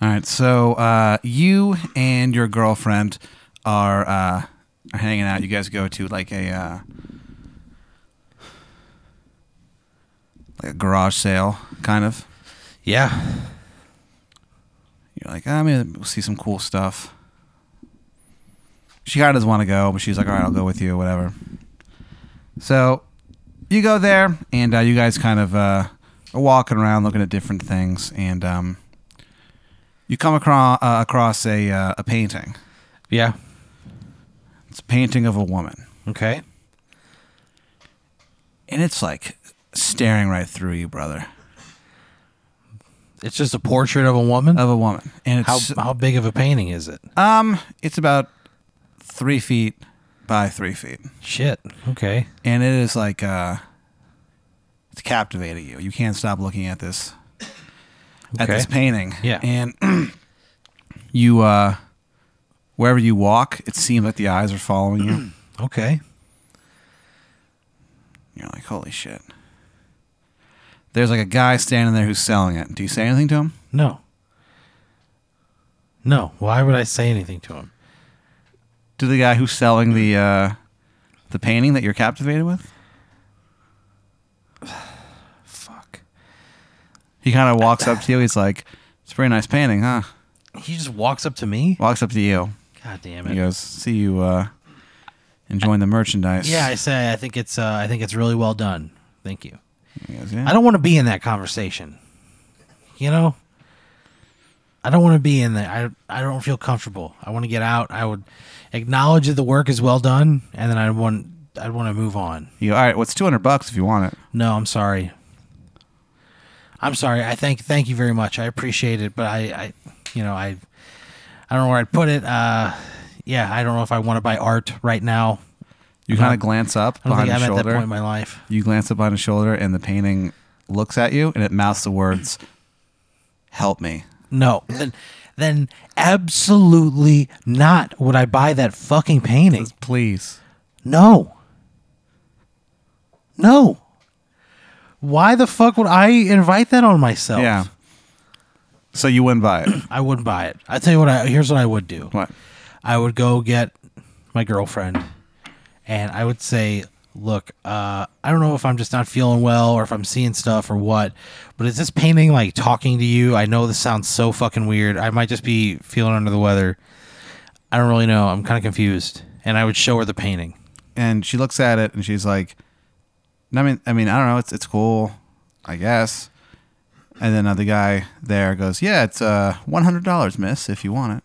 All right. So uh, you and your girlfriend are uh, are hanging out. You guys go to like a uh, like a garage sale, kind of. Yeah. You're like, I'm gonna see some cool stuff. She kind of doesn't want to go, but she's like, all right, I'll go with you, whatever. So you go there, and uh, you guys kind of uh, are walking around looking at different things, and um, you come across, uh, across a, uh, a painting. Yeah. It's a painting of a woman, Okay. and it's like staring right through you, brother, It's just a portrait of a woman. of a woman. And how it's, how big of a painting is it? um, it's about three feet by three feet. Shit. Okay. and it is like uh it's captivating you you can't stop looking at this at Okay. this painting Yeah. and you uh wherever you walk it seems like the eyes are following you Okay. you're like holy shit there's like a guy standing there who's selling it do you say anything to him No. No. Why would I say anything to him? to the guy who's selling the uh the painting that you're captivated with Fuck. he kind of walks up to you he's like it's a very nice painting huh He just walks up to me. walks up to you God damn he it. goes see you uh enjoying the merchandise Yeah, I say I think it's uh, I think it's really well done. Thank you. He goes, "Yeah." I don't want to be in that conversation. You know? I don't want to be in there. I I don't feel comfortable. I want to get out. I would acknowledge that the work is well done and then I want I'd want to move on. You go, all right, what's 200 bucks if you want it? No, I'm sorry. I'm sorry. I thank thank you very much. I appreciate it, but I, I you know, I I don't know where I'd put it. Uh yeah, I don't know if I want to buy art right now. You I'm kind of not- glance up I don't behind think his I'm at that shoulder. point in my life. you glance up behind his shoulder, and the painting looks at you, and it mouths the words, "Help me." No. Then, then absolutely not would I buy that fucking painting. Please. No. No. Why the fuck would I invite that on myself? Yeah. So you wouldn't buy it. I wouldn't buy it. I tell you what I here's what I would do. what? I would go get my girlfriend and I would say, Look, uh, I don't know if I'm just not feeling well or if I'm seeing stuff or what, but is this painting like talking to you? I know this sounds so fucking weird. I might just be feeling under the weather. I don't really know. I'm kind of confused. And I would show her the painting. And she looks at it, and she's like, "I mean, I mean, I don't know. It's it's cool, I guess." And then uh, the guy there goes, "Yeah, it's uh one hundred dollars, miss, if you want it."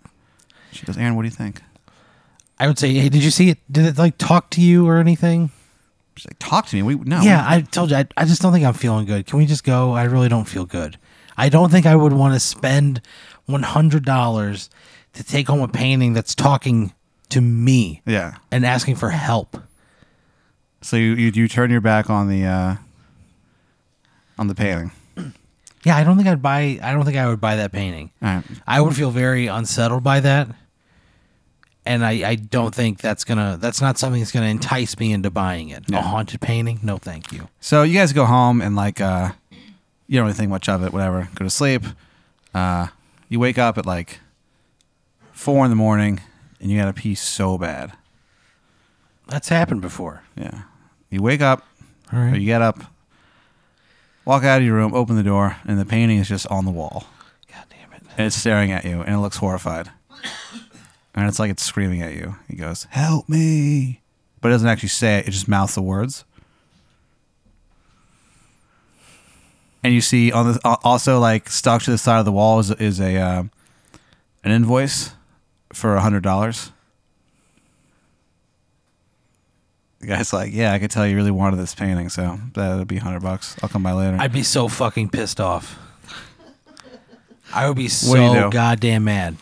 She goes, "Aaron, what do you think?" I would say, Hey, did you see it? Did it like talk to you or anything? She's like, "Talk to me. We no, Yeah, I told you. I, I just don't think I'm feeling good. Can we just go? I really don't feel good. I don't think I would want to spend $100 to take home a painting that's talking to me yeah." and asking for help. So you, you you turn your back on the uh, on the painting. Yeah, I don't think I'd buy I don't think I would buy that painting. All right. I would feel very unsettled by that. And I, I don't think that's gonna that's not something that's gonna entice me into buying it. No. A haunted painting? No thank you. So you guys go home and like uh, you don't really think much of it. Whatever. Go to sleep. Uh, you wake up at like four in the morning and you gotta pee so bad. That's happened before. Yeah. You wake up All or right. you get up, walk out of your room, open the door, and the painting is just on the wall God damn it. and it's staring at you and it looks horrified. And it's like it's screaming at you. He goes, "Help me!" But it doesn't actually say it; it just mouths the words. And you see on the al- also like stuck to the side of the wall is is a uh, an invoice for a hundred dollars. The guy's like, "Yeah, I could tell you really wanted this painting, so that'll be hundred bucks. I'll come by later." I'd be so fucking pissed off. I would be do you so do? goddamn mad.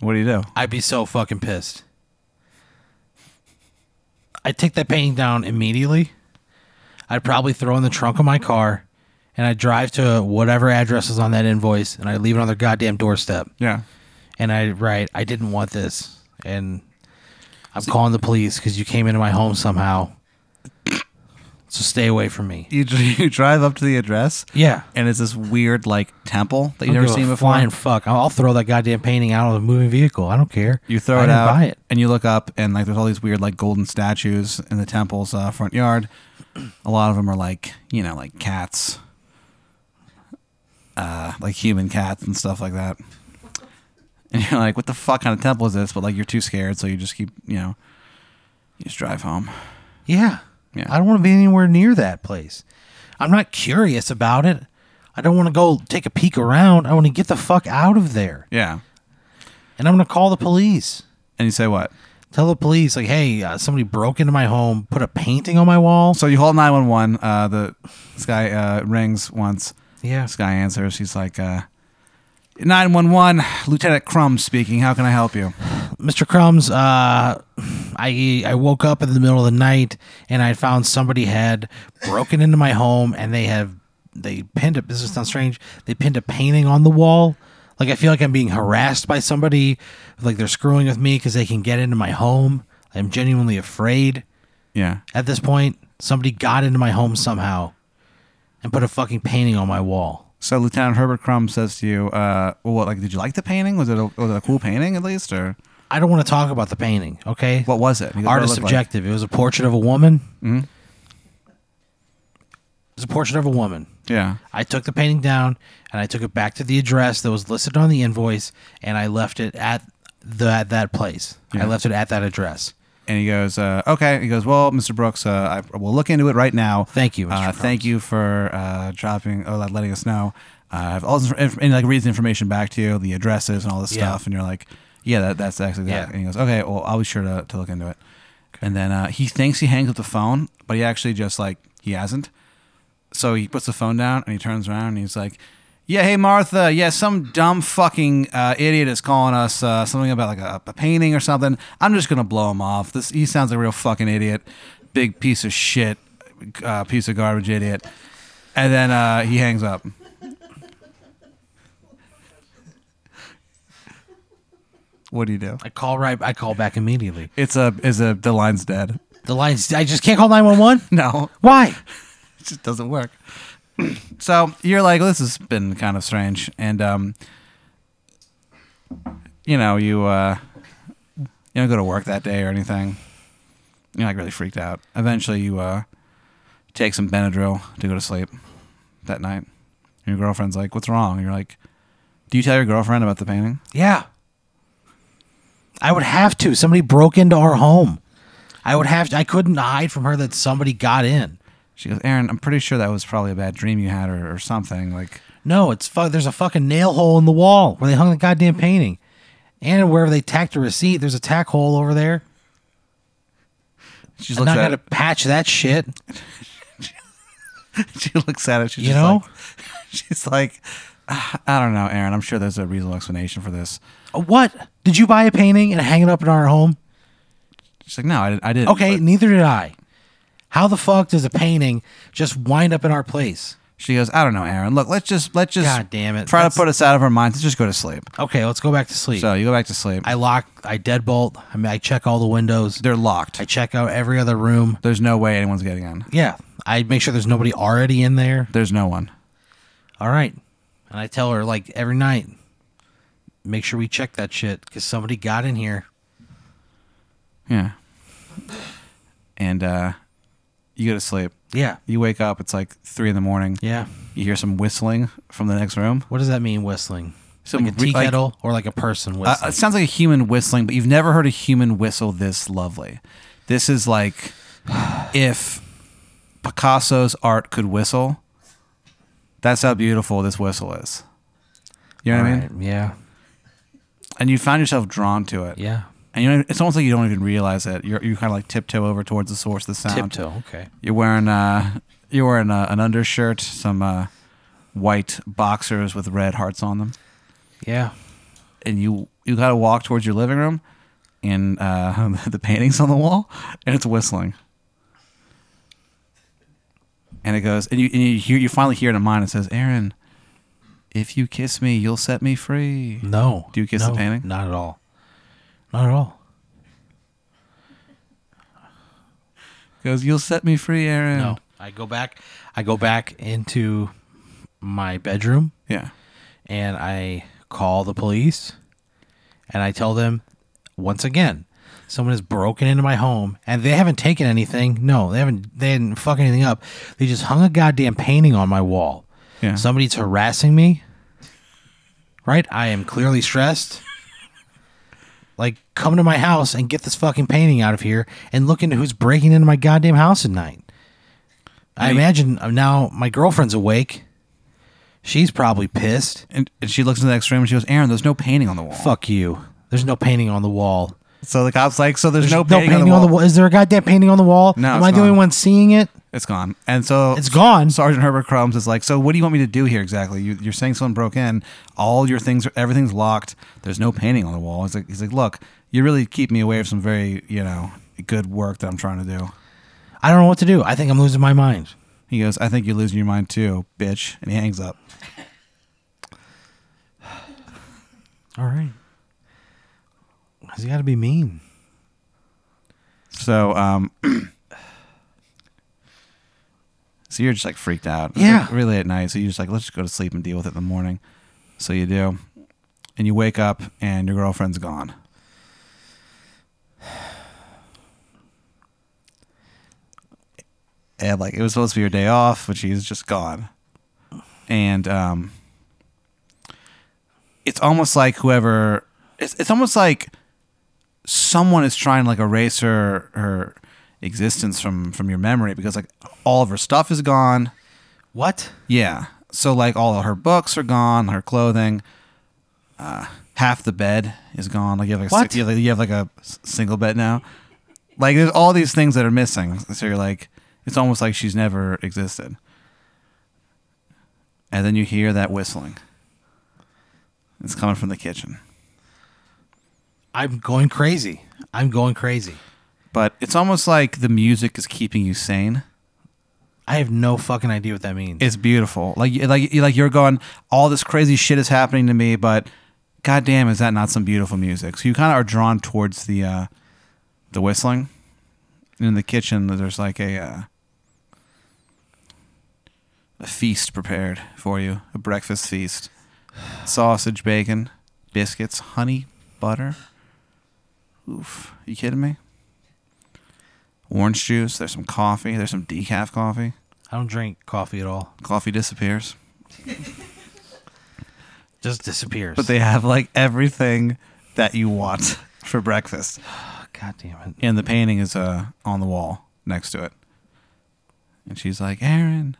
what do you do? I'd be so fucking pissed. I'd take that painting down immediately. I'd probably throw in the trunk of my car and I'd drive to whatever address is on that invoice and I'd leave it on their goddamn doorstep. Yeah, And I'd write, I didn't want this. And I'm calling the police because you came into my home somehow. So stay away from me. You, dr- you drive up to the address, Yeah. and it's this weird like temple that you've I don't never give a seen before. Flying fuck. I'll I'll throw that goddamn painting out of the moving vehicle. I don't care. You throw I it didn't out, Buy it. and you look up, and like there's all these weird like golden statues in the temple's uh, front yard. A lot of them are like you know like cats, uh, like human cats and stuff like that. And you're like, what the fuck kind of temple is this? But like you're too scared, so you just keep you know, you just drive home. Yeah. Yeah. I don't want to be anywhere near that place. I'm not curious about it. I don't want to go take a peek around. I want to get the fuck out of there. Yeah. And I'm going to call the police. And you say what? Tell the police, like, hey, uh, somebody broke into my home, put a painting on my wall. So you call 911. Uh, the this guy uh, rings once. Yeah. This guy answers. He's like, uh, 911, Lieutenant Crumb speaking. How can I help you? Mr. Crumbs, uh, I I woke up in the middle of the night and I found somebody had broken into my home and they have they pinned a this is sounds strange they pinned a painting on the wall. Like I feel like I'm being harassed by somebody, like they're screwing with me because they can get into my home. I'm genuinely afraid Yeah. at this point. Somebody got into my home somehow and put a fucking painting on my wall. So Lieutenant Herbert Crumb says to you, uh, "Well, what? Like, did you like the painting? Was it a, was it a cool painting at least, or I don't want to talk about the painting. Okay, what was it? He goes, "What art it is looked like." subjective. It was a portrait of a woman. Mm-hmm. It was a portrait of a woman. Yeah. I took the painting down and I took it back to the address that was listed on the invoice, and I left it at the at that place. I Yeah. left it at that address. And he goes, uh, "Okay." He goes, "Well, Mr. Brooks, uh, I will look into it right now. Thank you, Mr. Uh, Crumb. thank you for uh, dropping or letting us know. Uh, I've also inf- and like reads the information back to you, the addresses and all this Yeah. stuff, and you're like, yeah, that, that's actually that. Yeah. And he goes, okay, well, I'll be sure to, to look into it. And then uh, he thinks he hangs up the phone, but he actually just like he hasn't. So he puts the phone down and he turns around and he's like, yeah, hey Martha, yeah, some dumb fucking uh, idiot is calling us uh, something about like a, a painting or something. I'm just gonna blow him off. This he sounds like a real fucking idiot, big piece of shit, uh, piece of garbage idiot. And then uh, he hangs up. What do you do? I call right. I call back immediately. It's a is a the line's dead. The lines. I just can't call nine one one. No, Why? it just doesn't work. so you're like, this has been kind of strange, and um, you know, you uh, you don't go to work that day or anything. You're like really freaked out. Eventually, you uh, take some Benadryl to go to sleep that night. And your girlfriend's like, "What's wrong?" And you're like, "Do you tell your girlfriend about the painting?" Yeah. I would have to. Somebody broke into our home. I would have to. I couldn't hide from her that somebody got in. She goes, "Aaron, I'm pretty sure that was probably a bad dream you had, or, or something like." No, it's fu- there's a fucking nail hole in the wall where they hung the goddamn painting. And wherever they tacked a receipt, there's a tack hole over there. She's I'm looks not at gonna patch that shit. she looks at it. She's You just know? like, she's like, "Ah, I don't know, Aaron. I'm sure there's a reasonable explanation for this. Uh, What? Did you buy a painting and hang it up in our home? She's like, no, I, didn't- I didn't. Okay, But neither did I. How the fuck does a painting just wind up in our place? she goes, I don't know, Aaron. Look, let's just let's just God damn it. try That's- to put us out of our minds. Let's just go to sleep. Okay, let's go back to sleep. So you go back to sleep. I lock, I deadbolt, I mean I check all the windows. They're locked. I check out every other room. there's no way anyone's getting in. Yeah, I make sure there's nobody already in there. There's no one. All right, and I tell her like every night, make sure we check that shit because somebody got in here. Yeah. And uh, you go to sleep. Yeah, You wake up. It's like three in the morning. yeah. You hear some whistling from the next room. What does that mean, whistling? Some like a tea re- like- kettle or like a person Uh, whistling? it sounds like a human whistling, but you've never heard a human whistle this lovely. This is like if Picasso's art could whistle. That's how beautiful this whistle is. You know what I mean? All right, Yeah, And you find yourself drawn to it. yeah. And you know, it's almost like you don't even realize it. You're you kind of like tiptoe over towards the source of the sound. Tiptoe. Okay. You're wearing uh, you're wearing uh, an undershirt, some uh, white boxers with red hearts on them. Yeah. and you you gotta walk towards your living room and uh, the paintings on the wall and it's whistling and it goes and you and you hear you finally hear it in mine it says aaron if you kiss me you'll set me free No. Do you kiss the No, painting? Not at all. Not at all. it goes you'll set me free aaron No, I go back. I go back into my bedroom Yeah. and I call the police and I tell them once again, someone has broken into my home and they haven't taken anything. No, they haven't they didn't fuck anything up. They just hung a goddamn painting on my wall. Yeah. Somebody's harassing me. Right? I am clearly stressed. like come to my house and get this fucking painting out of here and look into who's breaking into my goddamn house at night. I Hey. imagine uh, now my girlfriend's awake. She's probably pissed. And, and she looks into the next room and she goes, Aaron, there's no painting on the wall. Fuck you. There's no painting on the wall. So the cop's like, so there's, There's no, painting on the wall. Is there a goddamn painting on the wall? No, Am it's I the only gone. one seeing it? It's gone. And so It's gone. Sergeant Herbert Crumbs is like, so what do you want me to do here exactly? You, you're saying someone broke in. All your things, are, everything's locked. There's no painting on the wall. He's like, he's like, look, you really keep me away from some very, you know, good work that I'm trying to do. I don't know what to do. I think I'm losing my mind. He goes, I think you're losing your mind too, bitch. And he hangs up. All right. He's got to be mean. So, um, so you're just like freaked out. It's, Yeah. like, really at night. So you're just like, let's just go to sleep and deal with it in the morning. So you do. And you wake up and your girlfriend's gone. And like, it was supposed to be your day off, but she's just gone. And, um, it's almost like whoever, it's, it's almost like, someone is trying to like erase her her existence from from your memory because like all of her stuff is gone. What? Yeah. So like all of her books are gone, her clothing, uh, half the bed is gone. Like you have like a What? si- you, have, like, you have like a s- single bed now. Like there's all these things that are missing. So you're like, it's almost like she's never existed. And then you hear that whistling. It's coming from the kitchen. I'm going crazy. I'm going crazy. But it's almost like the music is keeping you sane. I have no fucking idea what that means. It's beautiful. Like like like you're going. All this crazy shit is happening to me, but goddamn, is that not some beautiful music? So you kind of are drawn towards the uh, the whistling. And in the kitchen, there's like a uh, a feast prepared for you, a breakfast feast, sausage, bacon, biscuits, honey, butter. Oof, you kidding me? Orange juice. There's some coffee. There's some decaf coffee I don't drink coffee at all. coffee disappears. Just disappears. But they have like everything that you want for breakfast. God damn it. And the painting is uh, on the wall next to it. And she's like, Aaron,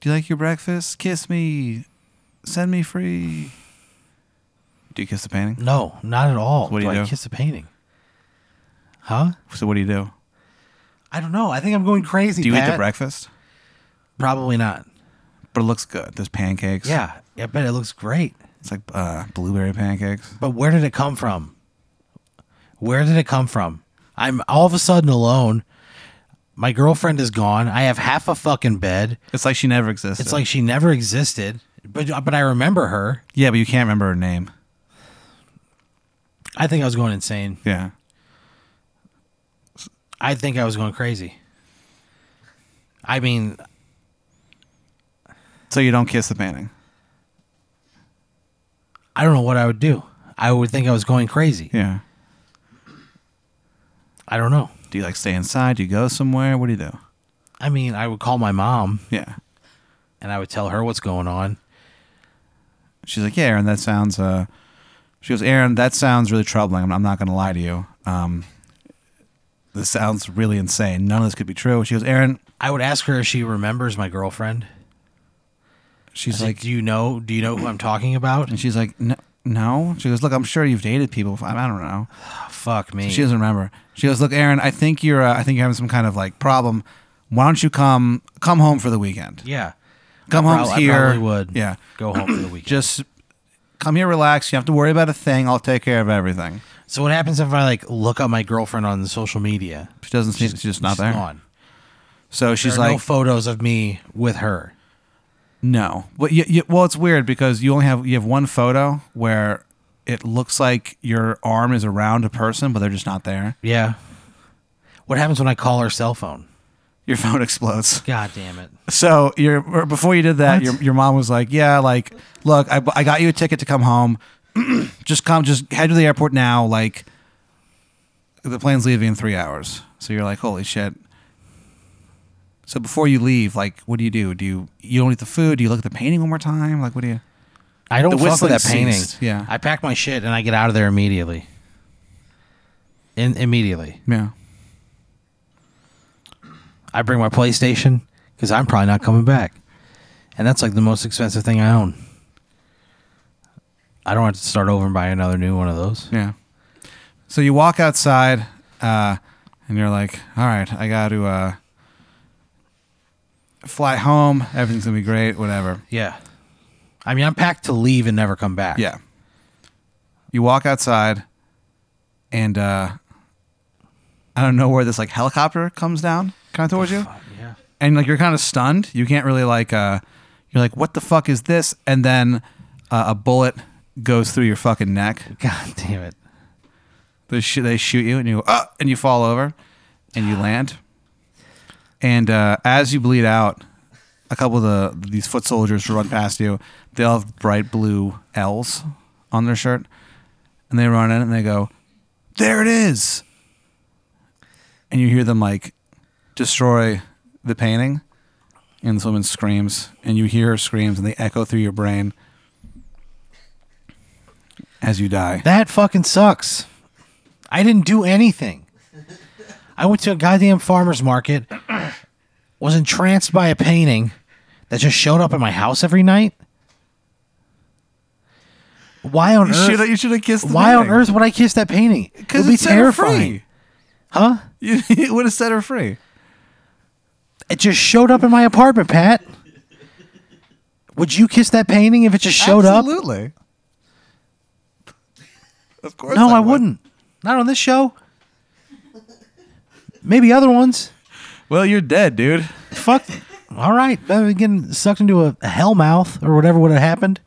do you like your breakfast? Kiss me. Send me free. Do you kiss the painting? No, not at all. What do you I do? kiss the painting? Huh? So what do you do? I don't know. I think I'm going crazy. Do you eat the Pat. breakfast? Probably not. But it looks good. There's pancakes. Yeah, I bet it looks great. It's like uh, blueberry pancakes. But where did it come from? Where did it come from? I'm all of a sudden alone. My girlfriend is gone. I have half a fucking bed. It's like she never existed. It's like she never existed. But but I remember her. yeah, but you can't remember her name. I think I was going insane. Yeah. I think I was going crazy. I mean, So you don't kiss the painting. I don't know what I would do. I would think I was going crazy. Yeah. I don't know. Do you like stay inside? Do you go somewhere? What do you do? I mean, I would call my mom Yeah. and I would tell her what's going on. She's like, yeah, Aaron, that sounds. Uh, she goes, Aaron, that sounds really troubling. I'm, I'm not going to lie to you. Um, this sounds really insane. None of this could be true. She goes, Aaron. I would ask her if she remembers my girlfriend. She's Like, like, do you know? Do you know who I'm talking about? and she's like, "N- no. She goes, look, I'm sure you've dated people. before." I don't know. Fuck me. She doesn't remember. She goes, look, Aaron, I think you're. Uh, I think you're having some kind of like problem. Why don't you come come home for the weekend? yeah. Come I home prob- here. I probably would. Yeah. Go home for the weekend. Just come here, relax. You don't have to worry about a thing. I'll take care of everything. so what happens if I like look up my girlfriend on the social media? She doesn't seem. She's just not She's there. gone. So she's There are like, no photos of me with her. No, but you, you, well, it's weird because you only have you have one photo where it looks like your arm is around a person, but they're just not there. Yeah. What happens when I call her cell phone? your phone explodes. God damn it. So your before you did that, What? your, your mom was like, "Yeah, like, look, I, I got you a ticket to come home. just come, just head to the airport now. Like, the plane's leaving in three hours." So you're like, "Holy shit!" So before you leave, like, what do you do? Do you you don't eat the food? Do you look at the painting one more time? Like, what do you? I don't The fuck whistling with that painting. ceased, yeah. I pack my shit and I get out of there immediately. In immediately. Yeah, I bring my PlayStation because I'm probably not coming back. And that's like the most expensive thing I own. I don't have to start over and buy another new one of those. yeah. So you walk outside, uh, and you're like, "All right, I got to uh, fly home. Everything's gonna be great. Whatever." Yeah. I mean, I'm packed to leave and never come back. Yeah. You walk outside, and uh, I don't know where this like helicopter comes down kind of towards you, Fuck, Yeah. and like you're kind of stunned. You can't really like uh, you're like, what the fuck is this? And then uh, a bullet goes through your fucking neck. God damn it. They, sh- they shoot you, and you go, ah, and you fall over, and you land. And uh, as you bleed out, a couple of the these foot soldiers run past you. They all have bright blue L's on their shirt, and they run in and they go, "There it is!" And you hear them like destroy the painting, and this woman screams, and you hear her screams, and they echo through your brain as you die. That fucking sucks. I didn't do anything. I went to a goddamn farmer's market, was entranced by a painting that just showed up at my house every night. Why on You should earth? have, you should have kissed. The Why on painting. earth would I kiss that painting? It would Because be it set her terrifying. free. Huh? You, it would have set her free. It just showed up in my apartment, Pat. Would you kiss that painting if it just showed up? Absolutely. Of course. No, I, would. wouldn't. Not on this show. Maybe other ones. Well, you're dead, dude. Fuck. All right. Better than getting sucked into a, a hell mouth or whatever would have happened.